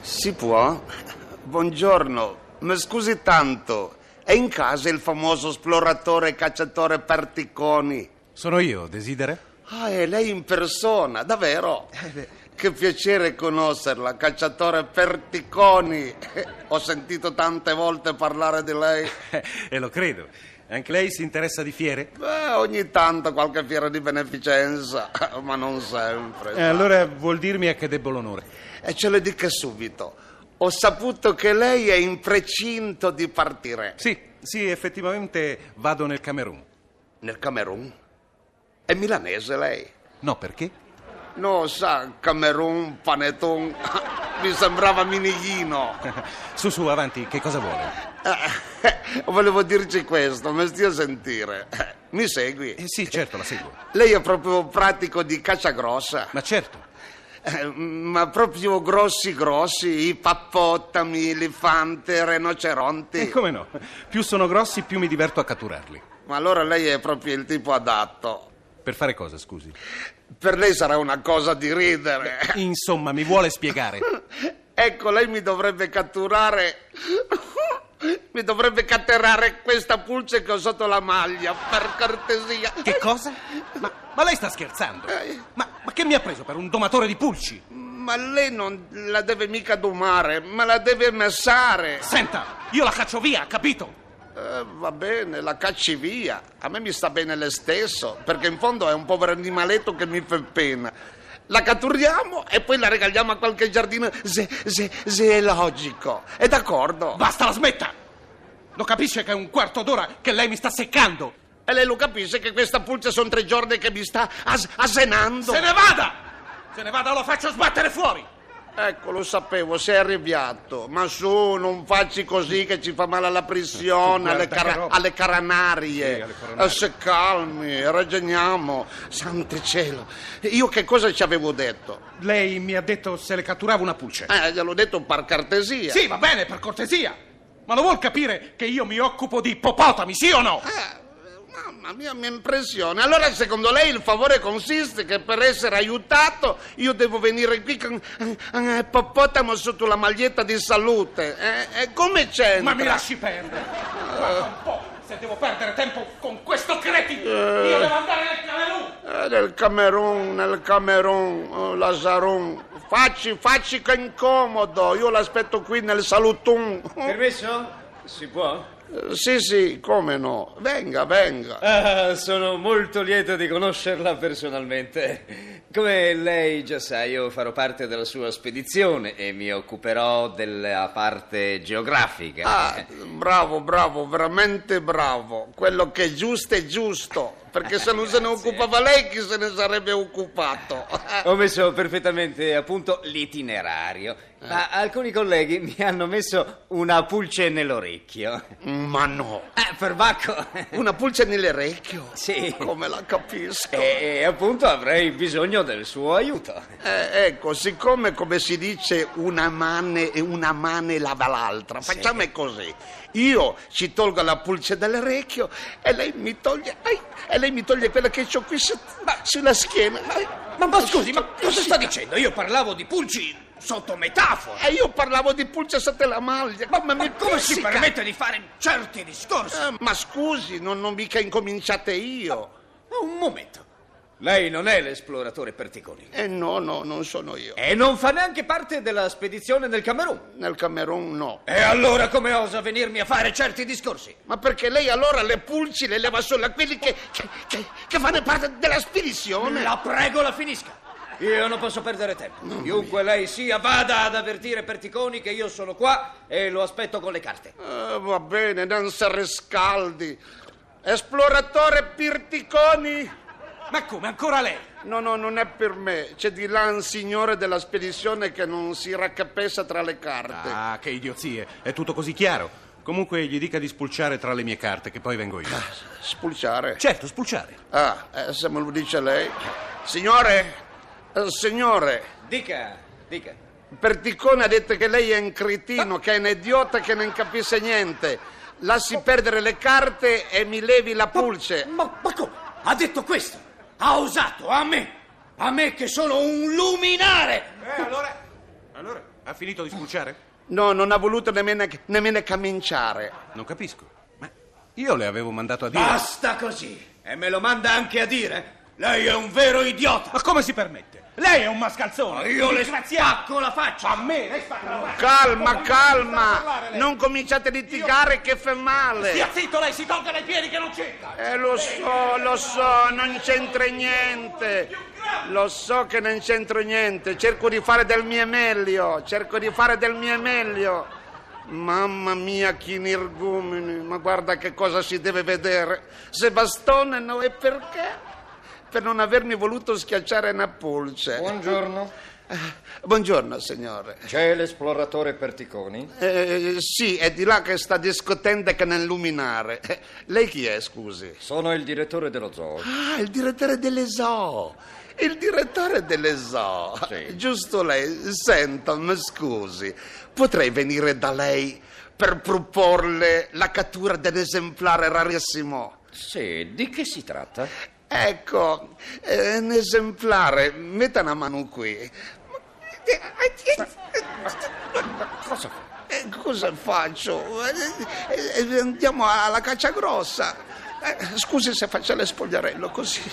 Si può? Buongiorno, mi scusi tanto. È in casa il famoso esploratore e cacciatore Particoni. Sono io, desidere? Eh, Ah, è lei in persona, davvero? Che piacere conoscerla, cacciatore Perticoni. Ho sentito tante volte parlare di lei. e lo credo. Anche lei si interessa di fiere? Beh, ogni tanto qualche fiera di beneficenza, ma non sempre. Eh, allora vuol dirmi a che debbo l'onore. E ce lo dica subito. Ho saputo che lei è in precinto di partire. Sì, sì, effettivamente vado nel Camerun. Nel Camerun? È milanese lei? No, perché? No, sa, Camerun, Paneton. Mi sembrava minighino. Su, su, avanti, che cosa vuole? Eh, Volevo dirci questo, mi stia a sentire. Mi segui? Eh, sì, certo, la seguo. Lei è proprio pratico di caccia grossa. Ma certo. Eh, ma proprio grossi grossi, i pappotami, elefante, E rinoceronti. eh, come no? Più sono grossi, più mi diverto a catturarli. Ma allora lei è proprio il tipo adatto. Per fare cosa, scusi? Per lei sarà una cosa di ridere. Insomma, mi vuole spiegare. Ecco, lei mi dovrebbe catturare. Mi dovrebbe catturare questa pulce che ho sotto la maglia, per cortesia. Che cosa? Ma, ma lei sta scherzando? Ma, ma che mi ha preso per un domatore di pulci? Ma lei non la deve mica domare, ma la deve messare. Senta, io la caccio via, capito? Eh, va bene, la cacci via. A me mi sta bene lo stesso, perché in fondo è un povero animaletto che mi fa pena. La catturiamo e poi la regaliamo a qualche giardino ze- ze- zoologico. È d'accordo? Basta, la smetta! Lo capisce che è un quarto d'ora che lei mi sta seccando? E lei lo capisce che questa pulce sono tre giorni che mi sta as- asenando. Se ne vada! Se ne vada o lo faccio sbattere fuori! Ecco, lo sapevo, sei arrabbiato. Ma su, non facci così che ci fa male alla pressione, alle, Guarda cara- che roba. alle caranarie. Sì, alle caranarie. Eh, se calmi, ragioniamo. Santo cielo, io che cosa ci avevo detto? Lei mi ha detto se le catturavo una pulce. Eh, gliel'ho detto per cartesia. Ah, Sì, va bene, per cortesia! Ma lo vuol capire che io mi occupo di ippopotami, sì o no? Eh, Mamma mia, mi impressiona. Allora, secondo lei il favore consiste che per essere aiutato io devo venire qui con eh, ippopotamo sotto la maglietta di salute? Eh, eh, come c'entra? Ma mi lasci perdere! Guarda un po', se devo perdere tempo con questo cretino! Io devo andare nel Camerun! Eh, nel Camerun, nel Camerun, oh, Lazarun. Facci, facci che incomodo. Io l'aspetto qui nel salutun. Permesso? Si può? Eh, Sì, sì, come no. Venga, venga. Ah, sono molto lieto di conoscerla personalmente. Come lei già sa, io farò parte della sua spedizione e mi occuperò della parte geografica. Ah, bravo, bravo, veramente bravo. Quello che è giusto è giusto. Perché se non se ne Grazie. occupava lei, chi se ne sarebbe occupato? Ho messo perfettamente a punto l'itinerario, ma alcuni colleghi mi hanno messo una pulce nell'orecchio. Ma no. Ah, perbacco! Una pulce nell'orecchio? Sì. Come la capisco? E, Eh. e appunto avrei bisogno del suo aiuto. Eh, ecco, siccome come si dice una mane e una mane lava l'altra, facciamo così. Io ci tolgo la pulce dall'orecchio e lei mi toglie, ai, e lei mi toglie quella che ho qui su- sulla schiena. ai. Ma, ma scusi, ma cosa sta dicendo? Io parlavo di pulci sotto metafora. E Eh, io parlavo di pulce sotto la maglia. Come mi pizzica? di fare certi discorsi? Eh, ma scusi, non, non mica incominciate io. Ah, Un momento. Lei non è l'esploratore Perticoni. Eh no, no, non sono io. E non fa neanche parte della spedizione del Camerun. Nel Camerun no. E allora come osa venirmi a fare certi discorsi? Ma perché lei allora le pulci le leva solo a quelli che, che, che- che fanno parte della spedizione? La prego la finisca. Io non posso perdere tempo. Chiunque lei sia, vada ad avvertire Perticoni che io sono qua e lo aspetto con le carte. Ah, va bene, non si riscaldi. Esploratore Pirticoni? Ma come, ancora lei? No, no, non è per me. C'è di là un signore della spedizione che non si raccapessa tra le carte. Ah, che idiozie, è tutto così chiaro. Comunque gli dica di spulciare tra le mie carte, che poi vengo io. Ah. Spulciare. Certo, spulciare. Ah, eh, se me lo dice lei. Signore, eh, signore, Dica, dica. Perticone ha detto che lei è un cretino, che è un idiota, che non capisce niente. Lasci perdere le carte e mi levi la pulce. Ma, ma come? Ha detto questo? Ha osato a me? A me che sono un luminare! Eh, allora. Allora, ha finito di spulciare? No, non ha voluto nemmeno, nemmeno cominciare. Non capisco. Ma io le avevo mandato a dire. Ah, Basta così! E me lo manda anche a dire. Lei è un vero idiota! Ma come si permette? Lei è un mascalzone! Io le Disgraziato! spacco la faccia! Ah, A me, lei sta Calma, calma, non cominciate a litigare che fa male. Stia zitto lei, si tolga dai piedi che non c'entra! Eh, lo so, lo so, non c'entra niente. Lo so che non c'entro niente, cerco di fare del mio meglio, cerco di fare del mio meglio. Mamma mia, che energumeni, ma guarda che cosa si deve vedere. Se bastonano e perché? Per non avermi voluto schiacciare una pulce. Buongiorno, Eh, Buongiorno, signore. c'è l'esploratore Perticoni? Eh, sì, è di là che sta discutendo che nel luminare. Eh, Lei chi è, scusi? Sono il direttore dello zoo. Ah, il direttore delle zoo. Il direttore delle zoo. Sì. Giusto lei. Senta, mi scusi. Potrei venire da lei per proporle la cattura dell'esemplare rarissimo. Sì, di che si tratta? Ecco, eh, un esemplare. Metta una mano qui. Cosa Eh, Cosa faccio? Eh, eh, Andiamo alla caccia grossa. Eh, Scusi se faccio l'espogliarello così.